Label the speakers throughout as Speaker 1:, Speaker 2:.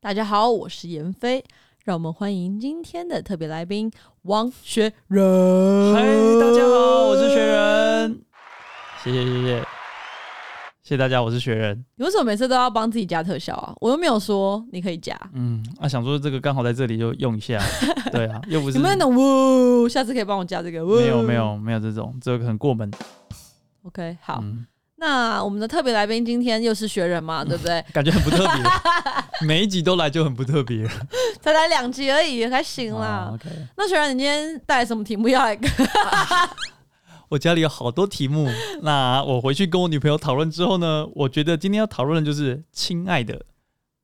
Speaker 1: 大家好，我是闫飞，让我们欢迎今天的特别来宾王学仁。
Speaker 2: 嗨，大家好，我是雪人。谢谢谢谢，谢谢大家，我是雪人。
Speaker 1: 你为什么每次都要帮自己加特效啊？我又没有说你可以加，
Speaker 2: 嗯，啊，想说这个刚好在这里就用一 下，对啊，又不是
Speaker 1: 有没有那种呜？下次可以帮我加这个呜？
Speaker 2: 没有没。有没有这种，这个很过门。
Speaker 1: OK，好，
Speaker 2: 嗯，
Speaker 1: 那我们的特别来宾今天又是学仁嘛，对不 对？
Speaker 2: 感觉很不特别， 每一集都来就很不特别。
Speaker 1: 才来两集而已，还行啦。
Speaker 2: 啊 OK，
Speaker 1: 那学仁，你今天带来什么题目要来 跟？
Speaker 2: 我家里有好多题目，那我回去跟我女朋友讨论之后呢，我觉得今天要讨论的就是，亲爱的，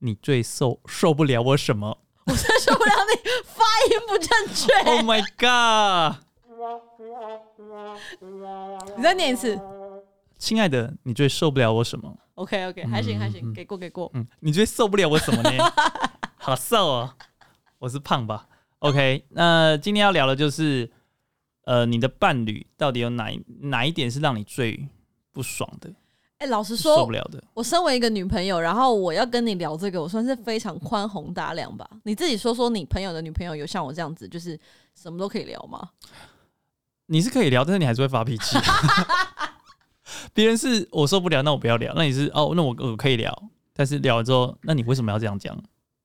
Speaker 2: 你最受受不了我什么
Speaker 1: 我真受不了你发音不正确。
Speaker 2: ？Oh my god！
Speaker 1: 你再念一次。
Speaker 2: 亲爱的，你最受不了我什么？
Speaker 1: OK OK，还行还
Speaker 2: 嗯
Speaker 1: 行，
Speaker 2: 嗯
Speaker 1: 给过给过。
Speaker 2: 嗯，你最受不了我什么呢？ 好瘦哦，我是胖吧？OK，那今天要聊的就是，呃，你的伴侣到底有哪一哪一点是让你最不爽的、
Speaker 1: 哎、老实
Speaker 2: 受
Speaker 1: 说
Speaker 2: 不，了的？
Speaker 1: 我身为一个女朋友，然后我要跟你聊这个，我算是非常宽宏大量吧。你自己说说，你朋友的女朋友有像我这样子，就是什么都可以聊吗？
Speaker 2: 你是可以聊，但是你还是会发 脾气。别人是我受不了，那我不要聊。那你是哦，那我我可以聊，但是聊了之后，那你为什么要这样讲？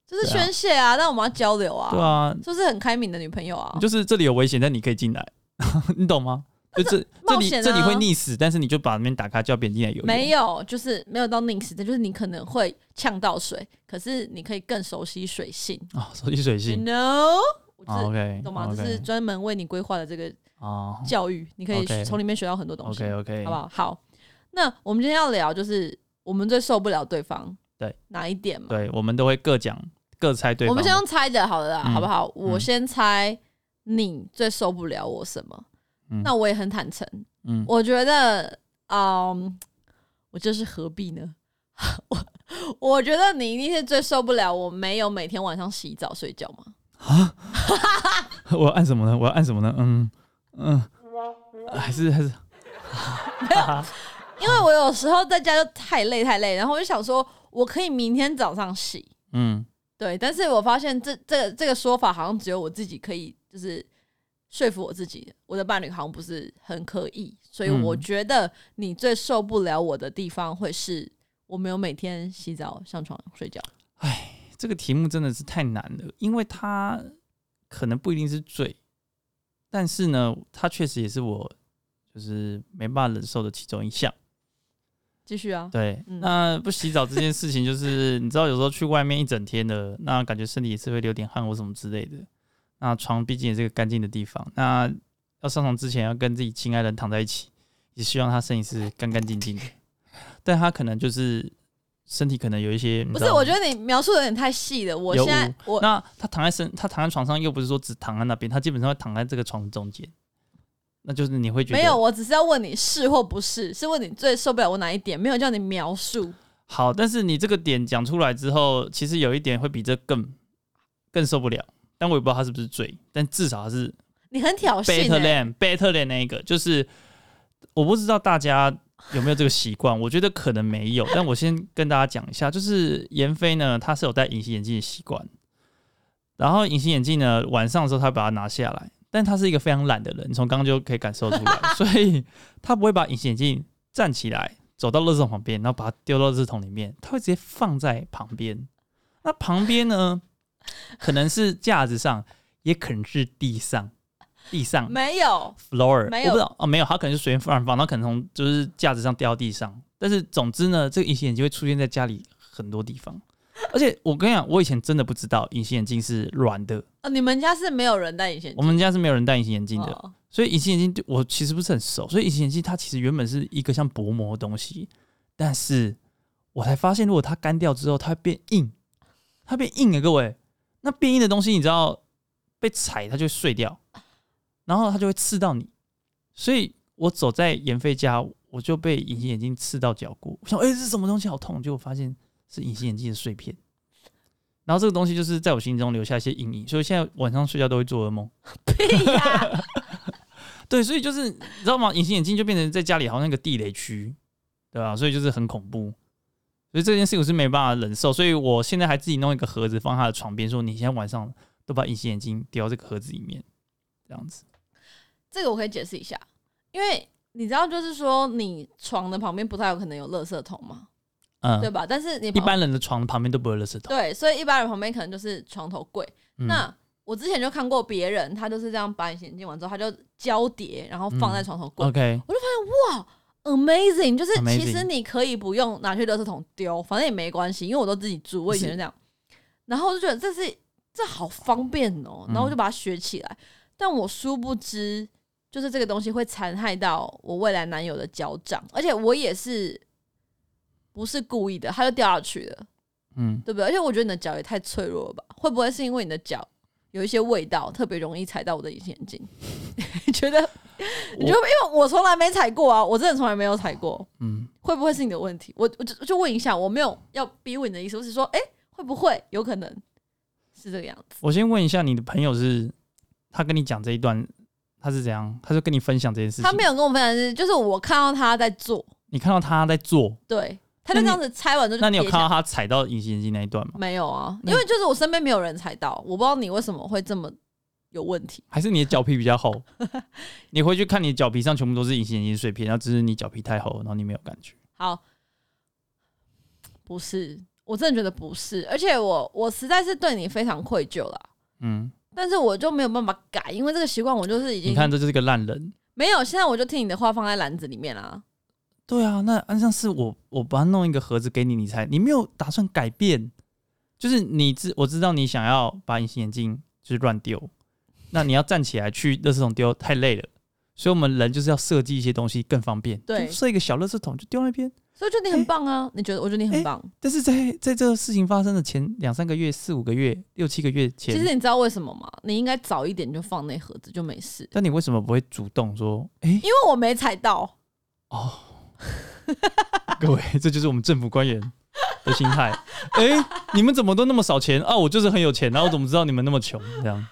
Speaker 1: 就是
Speaker 2: 对啊
Speaker 1: 宣泄啊，但我们要交流啊，
Speaker 2: 对啊，
Speaker 1: 就是很开明的女朋友啊
Speaker 2: 你。就是这里有危险，但你可以进来， 你懂吗？就这这
Speaker 1: 冒
Speaker 2: 里
Speaker 1: 险啊
Speaker 2: 这里会溺死，但是你就把那边打开，叫别人进来游泳。
Speaker 1: 没有，就是没有到宁死的，就是你可能会呛到水，可是你可以更熟悉水性
Speaker 2: 啊，手机水
Speaker 1: ，you
Speaker 2: 性。
Speaker 1: know，我
Speaker 2: 啊
Speaker 1: 就是
Speaker 2: ，OK，
Speaker 1: 懂吗？这是专门为你规划的这个
Speaker 2: 啊
Speaker 1: 教育，你可以
Speaker 2: OK
Speaker 1: 从里面学到很多东西。
Speaker 2: ，OK OK，
Speaker 1: 好不？好？好，那我们今天要聊就是我们最受不了对方
Speaker 2: 对
Speaker 1: 哪一点嘛？
Speaker 2: 对，我们都会各讲各猜对
Speaker 1: 我
Speaker 2: 方的。
Speaker 1: 们先用猜的好了啦，
Speaker 2: 嗯
Speaker 1: 好不好？我
Speaker 2: 嗯
Speaker 1: 先猜你最受不了我什么？
Speaker 2: 嗯
Speaker 1: 那我也很坦诚，
Speaker 2: 嗯，
Speaker 1: 我觉得，嗯，我这是何必呢？ 我我觉得你一定是最受不了我没有每天晚上洗澡睡觉嘛。
Speaker 2: 我要按什么呢？我要按什么呢？嗯嗯，还是还是
Speaker 1: 因为我有时候在家就太累太累，然后我就想说，我可以明天早上洗，
Speaker 2: 嗯
Speaker 1: 对，但是我发现这这个这个说法好像只有我自己可以，就是说服我自己，我的伴侣好像不是很可以，所以
Speaker 2: 嗯
Speaker 1: 我觉得你最受不了我的地方会是我没有每天洗澡、上床、睡觉。
Speaker 2: 这个题目真的是太难了，因为它可能不一定是罪，但是呢，它确实也是我就是没办法忍受的其中一项。
Speaker 1: 继续啊，
Speaker 2: 对，
Speaker 1: 嗯
Speaker 2: 那不洗澡这件事情，就是你知道，有时候去外面一整天的，那感觉身体也是会流点汗或什么之类的。那床毕竟也是个干净的地方，那要上床之前要跟自己亲爱的人躺在一起，也希望他身体是干干净 净的。但他可能就是身体可能有一些，
Speaker 1: 不是，我觉
Speaker 2: 得
Speaker 1: 得你描述的有点太细了。我
Speaker 2: 有
Speaker 1: 现在我
Speaker 2: 那他躺在身，他躺在床上又不是说只躺在那边，他基本上会躺在这个床中间，那就是你会觉得
Speaker 1: 没有，我只是要问你是或不是，是问你最受不了我哪一点，没有叫你描述。
Speaker 2: 好，但是你这个点讲出来之后，其实有一点会比这更更受不了，但我也不知道他是不是罪，但至少他是
Speaker 1: 你很挑衅、
Speaker 2: better
Speaker 1: 欸，
Speaker 2: than better than 那一个，就是我不知道大家有没有这个习惯，我觉得可能没有，但我先跟大家讲一下，就是妍飞呢，她是有戴隐形眼镜的习惯，然后隐形眼镜呢，晚上的时候她会把它拿下来，但她是一个非常懒的人，从刚刚就可以感受出来，所以她不会把隐形眼镜站起来走到垃圾桶旁边，然后把它丢到垃圾桶里面，她会直接放在旁边。那旁 边呢，可能是架子上，也可能是地上，地上
Speaker 1: 没有，
Speaker 2: floor，
Speaker 1: 没
Speaker 2: 我
Speaker 1: 有
Speaker 2: 不知道哦，没有，它可能是随便放放，它可能从就是架子上掉到地上。但是总之呢，这个隐形眼镜会出现在家里很多地方。而且我跟你讲，我以前真的不知道隐形眼镜是软的，
Speaker 1: 哦，你们家是没有人戴隐形
Speaker 2: 我
Speaker 1: 眼
Speaker 2: 们家是没有人戴隐形眼镜
Speaker 1: 镜
Speaker 2: 的，
Speaker 1: 哦
Speaker 2: 所以隐形眼镜对我其实不是很熟。所以隐形眼镜它其实原本是一个像薄膜的东西，但是我才发现，如果它干掉之后，它会变硬，它变硬了，各位。那变硬的东西，你知道被踩它就会碎掉，然后它就会刺到你。所以我走在妍飞家，我就被隐形眼镜刺到脚骨。我想，哎、这是什么东西？好痛！结果发现是隐形眼镜的碎片。然后这个东西就是在我心中留下一些阴影，所以现在晚上睡觉都会做噩梦。
Speaker 1: 屁呀、
Speaker 2: 对，所以就是你知道吗？隐形眼镜就变成在家里好像一个地雷区，对吧、所以就是很恐怖，所以这件事情我是没办法忍受，所以我现在还自己弄一个盒子放他的床边，说你现在晚上都把隐形眼镜丢到这个盒子里面，这样子。
Speaker 1: 这个我可以解释一下，因为你知道，就是说你床的旁边不太有可能有垃圾桶嘛，对
Speaker 2: 嗯，
Speaker 1: 吧？但是你
Speaker 2: 一
Speaker 1: 旁
Speaker 2: 般人的床旁边都不会有垃圾桶。
Speaker 1: 对，所以一般人旁边可能就是床头柜。
Speaker 2: 嗯
Speaker 1: 那我之前就看过别人，他就是这样把隐形眼镜完之后，他就交叠，然后放在
Speaker 2: 嗯
Speaker 1: 床头柜。
Speaker 2: OK，
Speaker 1: Amazing，就是其
Speaker 2: Amazing
Speaker 1: 实你可以不用拿去垃圾桶丢，反正也没关系，因为我都自己住，我以前
Speaker 2: 是
Speaker 1: 就这样。然后我就觉得这是这好方便哦、
Speaker 2: 嗯
Speaker 1: 然后我就把它学起来。但我殊不知，就是这个东西会残害到我未来男友的脚掌，而且我也是不是故意的，他就掉下去了，
Speaker 2: 嗯，
Speaker 1: 对不对？而且我觉得你的脚也太脆弱了吧？会不会是因为你的脚有一些味道，特别容易踩到我的隐形眼镜？ 你觉得？你觉得？因为我从来没踩过啊，我真的从来没有踩过。
Speaker 2: 嗯，
Speaker 1: 会不会是你的问题？我我就就问一下，我没有要逼问你的意思，我是说，哎、会不会有可能是这个样子？
Speaker 2: 我先问一下，你的朋友是他跟你讲这一段，他是怎样？他就跟你分享这件事情。
Speaker 1: 他没有跟我分享是，就是我看到他在做，
Speaker 2: 你看到他在做，
Speaker 1: 对，他就这样子拆完之后就
Speaker 2: 那你有
Speaker 1: 叠
Speaker 2: 看
Speaker 1: 起来
Speaker 2: 到他踩到隐形眼镜那一段吗？
Speaker 1: 没有啊？
Speaker 2: 那
Speaker 1: 因为就是我身边没有人踩到，我不知道你为什么会这么有问题。
Speaker 2: 还是你的脚皮比较厚？ 你回去看你的脚皮上全部都是隐形眼镜碎片，然后只是你脚皮太厚，然后你没有感觉。
Speaker 1: 好，不是，我真的觉得不是，而且我我实在是对你非常愧疚啦。
Speaker 2: 嗯，
Speaker 1: 但是我就没有办法改，因为这个习惯我就是已经
Speaker 2: 你看这就是个烂人。
Speaker 1: 没有。现在我就听你的话放在篮子里面啦、
Speaker 2: 对啊，那安上是我我把它弄一个盒子给你，你才你没有打算改变，就是你知我知道你想要把隐形眼镜就是乱丢，那你要站起来去垃圾桶丢太累了，所以我们人就是要设计一些东西更方便，
Speaker 1: 对
Speaker 2: 就设一个小垃圾桶就丢那边。
Speaker 1: 所以我觉得你很棒啊！你觉得？我觉得你很
Speaker 2: 诶
Speaker 1: 棒。
Speaker 2: 但是在在这个事情发生的前两三个月、四五个月、六七个月前，
Speaker 1: 其实你知道为什么吗？你应该早一点就放那盒子就没事，
Speaker 2: 但你为什么不会主动说，哎、
Speaker 1: 因为我没踩到。
Speaker 2: 哦， 各位，这就是我们政府官员的心态。 哎、你们怎么都那么少钱啊？我就是很有钱，然后我怎么知道你们那么穷？这样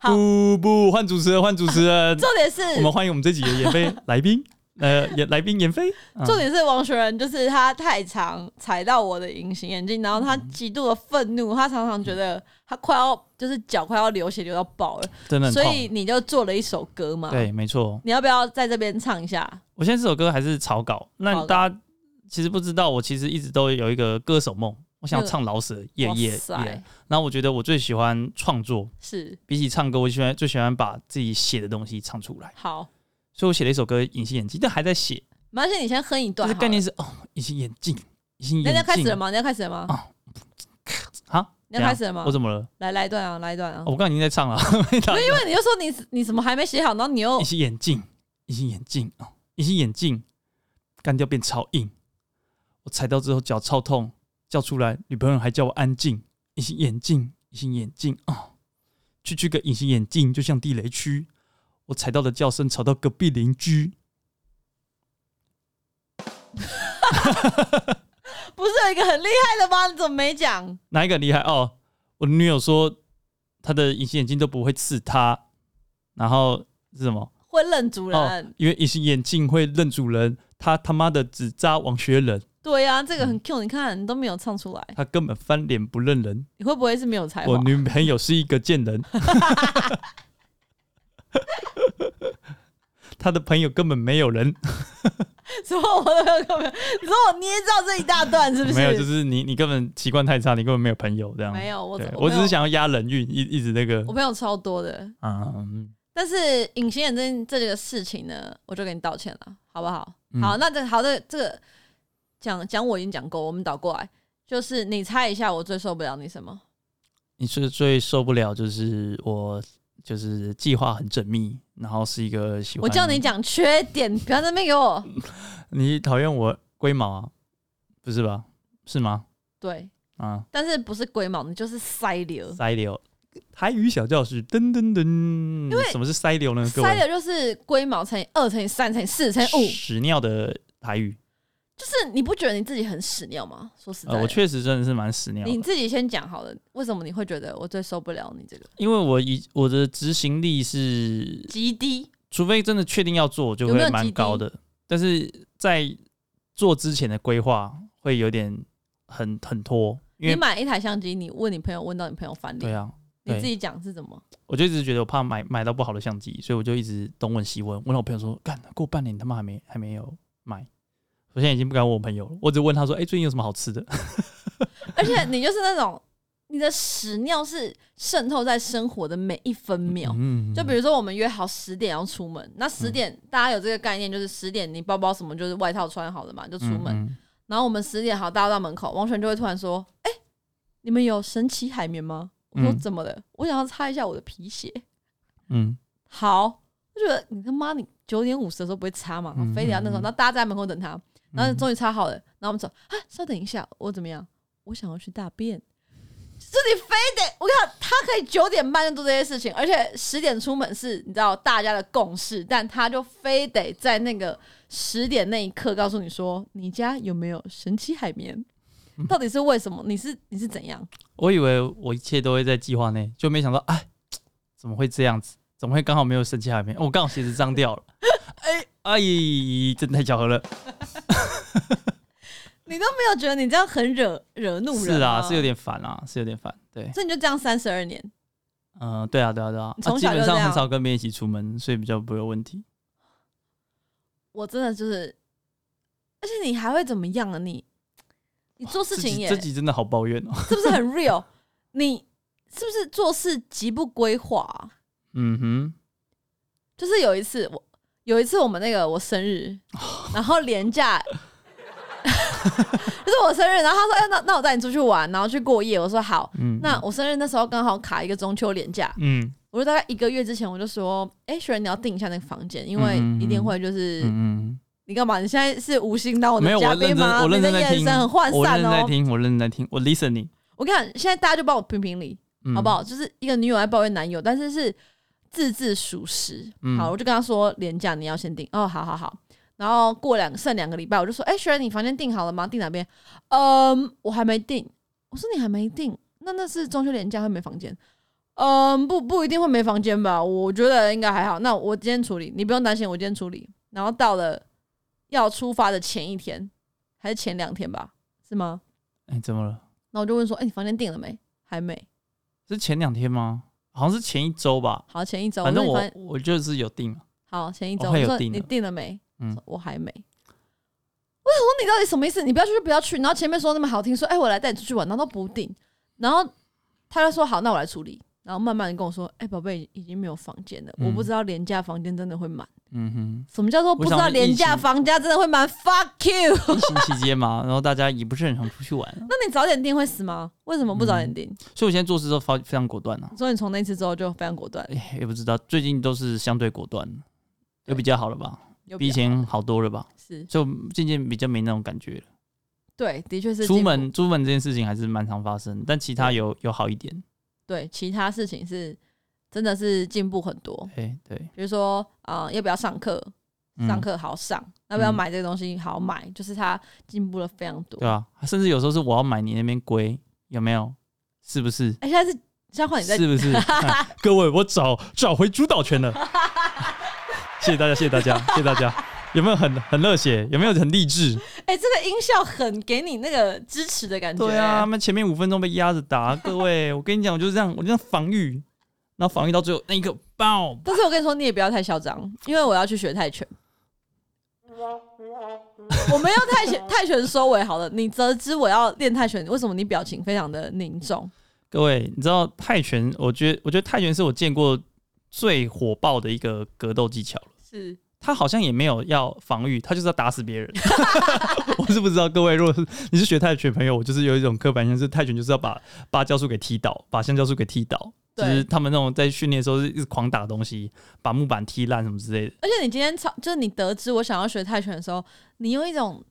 Speaker 1: 好
Speaker 2: 不不，换主持人，换主持人，
Speaker 1: 重点是，
Speaker 2: 我们欢迎我们这集的演飞 来宾，呃，演来宾演飞。啊
Speaker 1: 重点是王学仁就是他太常踩到我的隐形眼镜，然后他
Speaker 2: 嗯
Speaker 1: 极度的愤怒，他常常觉得他快要就是脚快要流血流到爆了，
Speaker 2: 真的很
Speaker 1: 所
Speaker 2: 痛。
Speaker 1: 以你就哦做了一首歌嘛。
Speaker 2: 对，没错，
Speaker 1: 你要不要在这边唱一下？
Speaker 2: 我现在这首歌还是草稿。
Speaker 1: 草
Speaker 2: 那
Speaker 1: 稿
Speaker 2: 大家其实不知道，我其实一直都有一个歌手梦，我想要唱老舍夜
Speaker 1: 哇
Speaker 2: 夜
Speaker 1: 塞
Speaker 2: 夜。，然后我觉得我最喜欢创作，
Speaker 1: 是
Speaker 2: 比起唱歌，我喜欢最喜欢把自己写的东西唱出来。
Speaker 1: 好，
Speaker 2: 所以我写了一首歌《隐形眼镜》，但还在写，
Speaker 1: 没关系，你先哼一
Speaker 2: 就
Speaker 1: 段好
Speaker 2: 是
Speaker 1: 了。
Speaker 2: 概念是哦，隐形眼镜，隐形
Speaker 1: 那
Speaker 2: 眼镜。
Speaker 1: 你要啊开始了吗？你要开始了吗？
Speaker 2: 啊啊？
Speaker 1: 你要开始了吗
Speaker 2: 我？怎么了？
Speaker 1: 来来一段啊，来一段啊
Speaker 2: 哦。我刚刚已经在唱了。没 打
Speaker 1: 因为你就说你你怎么还没写好，然后你又
Speaker 2: 隐形眼镜，隐形眼镜啊，哦隐形眼镜，干掉变超硬。我踩到之后脚超痛，叫出来，女朋友还叫我安静。隐形眼镜，隐形眼镜啊，哦区区个隐形眼镜就像地雷区，我踩到的叫声吵到隔壁邻居。
Speaker 1: 不是有一个很厉害的吗？你怎么没讲？
Speaker 2: 哪一个很厉害哦？我女友说她的隐形眼镜都不会刺她，然后是什么？
Speaker 1: 会认主人，
Speaker 2: 哦，因为隐形眼镜会认主人，她他妈的只扎王学仁，
Speaker 1: 对呀、这个很 Q，你看你都没有唱出来，
Speaker 2: 她根本翻脸不认人。
Speaker 1: 你会不会是没有才华
Speaker 2: 我？女朋友是一个贱人， 她的朋友根本没有人，
Speaker 1: 什么我都没有，没有你说我捏造这一大段是不是？
Speaker 2: 没有，就是你你根本习惯太差，你根本没有朋友这样。
Speaker 1: 没有我
Speaker 2: 对
Speaker 1: 我
Speaker 2: 我只是
Speaker 1: 没有
Speaker 2: 想要压人运，一一直那个
Speaker 1: 我，朋友超多的，
Speaker 2: 嗯，
Speaker 1: 但是隐形眼镜这个事情呢，我就给你道歉了，好不好？
Speaker 2: 嗯
Speaker 1: 好，那这好的这个讲讲我已经讲过，我们倒过来，就是你猜一下我最受不了你什么？
Speaker 2: 你是最受不了就是我就是计划很缜密，然后是一个喜欢
Speaker 1: 我叫你，讲缺点，不要在那边给我
Speaker 2: 你讨厌我龟毛啊？不是吧？是吗？
Speaker 1: 对，
Speaker 2: 啊，
Speaker 1: 但是不是龟毛，你就是塞流。
Speaker 2: 塞流，台语小教室，噔噔噔，
Speaker 1: 为
Speaker 2: 什么是塞流呢？各
Speaker 1: 塞哦
Speaker 2: 位，
Speaker 1: 流就是龟毛乘以二乘以三乘以四乘以五，
Speaker 2: 屎尿的台语，
Speaker 1: 就是你不觉得你自己很屎尿吗？说实在的，
Speaker 2: 呃，我确实真的是蛮屎尿的
Speaker 1: 你自己先讲好了，为什么你会觉得我最受不了你这个
Speaker 2: 因为我以我的执行力是，
Speaker 1: 极低？
Speaker 2: 除非真的确定要做，我就
Speaker 1: 有没有
Speaker 2: 会
Speaker 1: 极
Speaker 2: 蛮
Speaker 1: 低
Speaker 2: 高的，但是在做之前的规划会有点很很拖，因
Speaker 1: 你
Speaker 2: 为
Speaker 1: 买一台相机，你问你朋友，问到你朋友翻
Speaker 2: 对
Speaker 1: 脸，
Speaker 2: 啊，
Speaker 1: 你
Speaker 2: 对
Speaker 1: 自己讲是怎么？
Speaker 2: 我就一直觉得我怕买买到不好的相机，所以我就一直东问西问，问到我朋友说，干过半年他妈还没还没有买，我现在已经不敢问我朋友了，我只问他说，哎、最近有什么好吃的？
Speaker 1: 而且你就是那种 你的屎尿是渗透在生活的每一分秒。
Speaker 2: 嗯
Speaker 1: 就比如说，我们约好十点要出门，那十点、大家有这个概念，就是十点你包包什么就是外套穿好了嘛，就出门。
Speaker 2: 嗯嗯
Speaker 1: 然后我们十点好，大家到门口，王璇就会突然说：“哎、你们有神奇海绵吗？”我说：“
Speaker 2: 嗯
Speaker 1: 怎么了？我想要擦一下我的皮鞋。
Speaker 2: 嗯”
Speaker 1: 好，我觉得你他妈你九点五十的时候不会擦嘛，
Speaker 2: 嗯
Speaker 1: 非得要那时候，
Speaker 2: 嗯
Speaker 1: 然后大家在门口等他，然后
Speaker 2: 嗯
Speaker 1: 终于擦好了，然后我们走啊，稍等一下，我怎么样？我想要去大便。就是你非得，我看他可以九点半就做这些事情，而且十点出门是你知道大家的共识，但他就非得在那个十点那一刻告诉你说你家有没有神奇海绵，
Speaker 2: 嗯
Speaker 1: 到底是为什么？你是你是怎样？
Speaker 2: 我以为我一切都会在计划内，就没想到，哎，怎么会这样子？怎么会刚好没有神奇海绵？哦我刚好鞋子 脏掉了，哎哎，真太巧合了。
Speaker 1: 你都没有觉得你这样很惹惹怒人
Speaker 2: 是啊，
Speaker 1: 吗
Speaker 2: 是有，点烦啊，是有点烦。对，
Speaker 1: 所以你就这样三十二年，
Speaker 2: 嗯、对啊，对啊，对啊。
Speaker 1: 你从
Speaker 2: 啊基
Speaker 1: 小就
Speaker 2: 本上
Speaker 1: 这样
Speaker 2: 很少跟别人一起出门，所以比较不会有问题。
Speaker 1: 我真的就是，而且你还会怎么样啊？你你做事情也
Speaker 2: 这集这集真的好抱怨哦。
Speaker 1: 是不是 很 real？你是不是做事极不规划啊、
Speaker 2: 嗯哼，
Speaker 1: 就是有一次我有一次我们那个我生 日，然后廉价， 就是我生日，然后他说：“哎、那那我带你出去玩，然后去过夜。”我说：“好。”
Speaker 2: 嗯，
Speaker 1: 那我生日那时候刚好卡一个中秋廉价，
Speaker 2: 嗯
Speaker 1: 我就大概一个月之前我就说：“哎、雪人你要订一下那个房间，因为
Speaker 2: 嗯嗯嗯
Speaker 1: 一定会就是、
Speaker 2: 嗯
Speaker 1: 你干嘛？你现在是无心当我
Speaker 2: 嗯，没
Speaker 1: 的
Speaker 2: 有，我
Speaker 1: 嘉
Speaker 2: 认
Speaker 1: 宾
Speaker 2: 真，
Speaker 1: 吗？
Speaker 2: 我认真
Speaker 1: 你的
Speaker 2: 在
Speaker 1: 眼
Speaker 2: 听，
Speaker 1: 神很涣
Speaker 2: 我认
Speaker 1: 散
Speaker 2: 真在
Speaker 1: 哦。
Speaker 2: 听，我认真在听，我 listening，、
Speaker 1: 我跟你讲，现在大家就帮我评评理，
Speaker 2: 嗯、
Speaker 1: 好不？好？就是一个女友在抱怨男友，但是是字字属实。
Speaker 2: 嗯
Speaker 1: 好，我就跟他说廉价你要先订哦，好好好。然后过两剩两个礼拜，我就说，哎、雪儿，你房间订好了吗？订哪边？嗯，我还没订。我说你还没订，那那是中秋连假会没房间？嗯，不不一定会没房间吧？我觉得应该还好。那我今天处理，你不用担心，我今天处理。然后到了要出发的前一天，还是前两天吧？是吗？
Speaker 2: 哎、怎么了？
Speaker 1: 那我就问说，哎、你房间订了没？还没。
Speaker 2: 是前两天吗？好像是前一周吧，
Speaker 1: 好，前一周。
Speaker 2: 反正
Speaker 1: 我说你
Speaker 2: 我
Speaker 1: 房间
Speaker 2: 我就是有定了，
Speaker 1: 好，前一周
Speaker 2: 我
Speaker 1: 我
Speaker 2: 哦会有
Speaker 1: 说
Speaker 2: 订的
Speaker 1: 你订了没？
Speaker 2: 嗯
Speaker 1: 说我还没。我想说你到底什么意思？你不要去就不要去，然后前面说那么好听，说哎、我来带你出去玩，然后都不订，然后他就说好，那我来处理，然后慢慢的跟我说，哎、宝贝已经没有房间了，
Speaker 2: 嗯
Speaker 1: 我不知道廉价房间真的会满。
Speaker 2: 嗯哼。
Speaker 1: 什么叫做不知道廉价房价真的会满？Fuck you！
Speaker 2: 疫情期间嘛， 然后大家也不是很常出去玩，啊
Speaker 1: 那你早点订会死吗？为什么不早
Speaker 2: 嗯
Speaker 1: 点订？
Speaker 2: 所以我现在做事都非非常果断啊，
Speaker 1: 所以你从那次之后就非常果断，
Speaker 2: 哎也不知道最近都是相对果断，有比较好了吧，
Speaker 1: 有
Speaker 2: 比以前好多了吧，
Speaker 1: 是
Speaker 2: 就渐渐比较没那种感觉了。
Speaker 1: 对，的确是
Speaker 2: 出
Speaker 1: 进步
Speaker 2: 门出门这件事情还是蛮常发生，但其他有有好一点，
Speaker 1: 对，其他事情是真的是进步很多。
Speaker 2: 哎对，
Speaker 1: 比如说啊、呃要不要上课？
Speaker 2: 嗯
Speaker 1: 上课好上，要不要
Speaker 2: 嗯
Speaker 1: 买这个东西好买？就是他进步了非常多
Speaker 2: 对。啊，甚至有时候是我要买你那边龟，有没有？是不是？
Speaker 1: 哎、现在是现在换你在
Speaker 2: 是不 是？哎各位，我找找回主导权了。谢谢大家，谢谢大家，谢谢大家。有没有很很热血？有没有很励志？
Speaker 1: 哎、这个音效很给你那个支持的感觉。
Speaker 2: 对啊，他，们前面五分钟被压着打，各位，我跟你讲，我就是这样，我就这样防御，然后防御到最后那一个爆，
Speaker 1: 但是我跟你说，你也不要太嚣张，因为我要去学泰拳。我们要泰拳泰拳收尾好了，你得知我要练泰拳，为什么你表情非常的凝重？
Speaker 2: 各位，你知道泰拳？我觉得，我觉得泰拳是我见过最火爆的一个格斗技巧了。
Speaker 1: 是
Speaker 2: 他好像也没有要防御，他就是要打死别人。 我是不知道各位，如果是你是学泰拳的朋友，我就是有一种刻板印象，是泰拳就是要把芭蕉树给踢倒，把香蕉树给踢倒。就
Speaker 1: 对
Speaker 2: 是他们那种在训练的时候是一直狂打东西，把木板踢烂什么之类的。
Speaker 1: 而且你今天超，就是你得知我想要学泰拳的时候，你用一种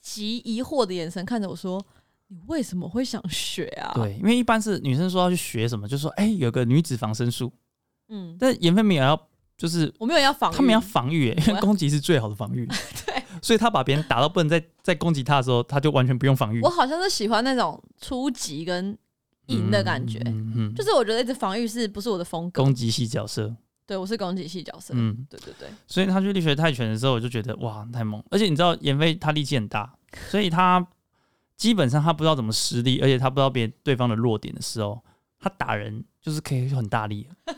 Speaker 1: 极疑惑的眼神看着我说：“你为什么会想学啊？”，
Speaker 2: 对，因为一般是女生说要去学什么，就说哎、有个女子防 身术，
Speaker 1: 嗯，
Speaker 2: 但颜飞没有要，就是
Speaker 1: 我没有要防御，
Speaker 2: 他们要防御、欸，因
Speaker 1: 我
Speaker 2: 为
Speaker 1: 要
Speaker 2: 攻击是最好的防御。
Speaker 1: 对，
Speaker 2: 所以他把别人打到不能再再攻击他的时候，他就完全不用防御
Speaker 1: 我，好像是喜欢那种初级跟赢的感觉，
Speaker 2: 嗯嗯嗯嗯
Speaker 1: 就是我觉得一直防御是不是我的风格？
Speaker 2: 攻击系角色。
Speaker 1: 对我是攻击系角色，
Speaker 2: 嗯，
Speaker 1: 对对对，
Speaker 2: 所以他去力学泰拳的时候，我就觉得哇，太猛！而且你知道，妍飞他力气很大，所以他基本上他不知道怎么施力，而且他不知道别对方的弱点的时候，他打人就是可以很大力了，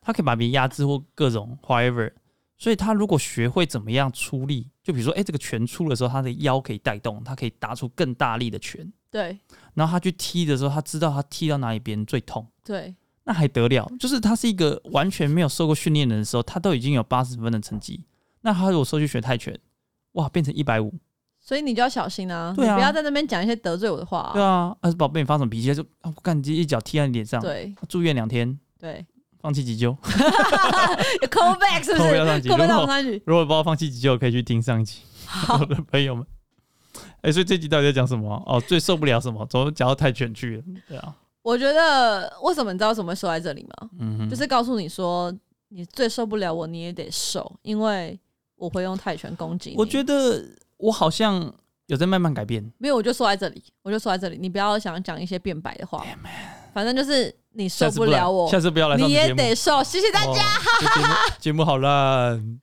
Speaker 2: 他可以把别人压制或各种 however。所以他如果学会怎么样出力，就比如说，哎、这个拳出的时候，他的腰可以带动，他可以打出更大力的拳。
Speaker 1: 对
Speaker 2: 然后他去踢的时候，他知道他踢到哪里别人最痛，
Speaker 1: 对
Speaker 2: 那还得了？就是他是一个完全没有受过训练的人的时候，他都已经有八十分的成绩，那他如果说去学泰拳，哇，变成一百五，
Speaker 1: 所以你就要小心啊，
Speaker 2: 对啊
Speaker 1: 你不要在那边讲一些得罪我的话、啊
Speaker 2: 对啊，而是宝贝，你发什么脾气？他就啊，我干，你一脚踢在你脸上，
Speaker 1: 对
Speaker 2: 住院两天，
Speaker 1: 对
Speaker 2: 放弃急救。
Speaker 1: 有 call back 是不
Speaker 2: 扣
Speaker 1: 是
Speaker 2: 不要上去
Speaker 1: 扣不
Speaker 2: 如
Speaker 1: 到
Speaker 2: 果
Speaker 1: 上去？
Speaker 2: 如果不知道放弃急救，可以去听上一集，
Speaker 1: 好
Speaker 2: 我，的朋友们。哎、所以这集到底在讲什么？哦，最受不了什么？怎么讲到泰拳去了？对啊，
Speaker 1: 我觉得为什么你知道为什么会说在这里吗？
Speaker 2: 嗯哼，
Speaker 1: 就是告诉你说，你最受不了我，你也得受，因为我会用泰拳攻击你。
Speaker 2: 我觉得我好像有在慢慢改变。
Speaker 1: 没有，我就说在这里，我就说在这里，你不要想讲一些辩白的话
Speaker 2: Damn，
Speaker 1: 反正就是你受
Speaker 2: 下次不
Speaker 1: 了
Speaker 2: 来
Speaker 1: 我，
Speaker 2: 下次不要来上
Speaker 1: 你
Speaker 2: 这
Speaker 1: 也
Speaker 2: 节目
Speaker 1: 得受。谢谢大家。
Speaker 2: 家。这节目节目好烂，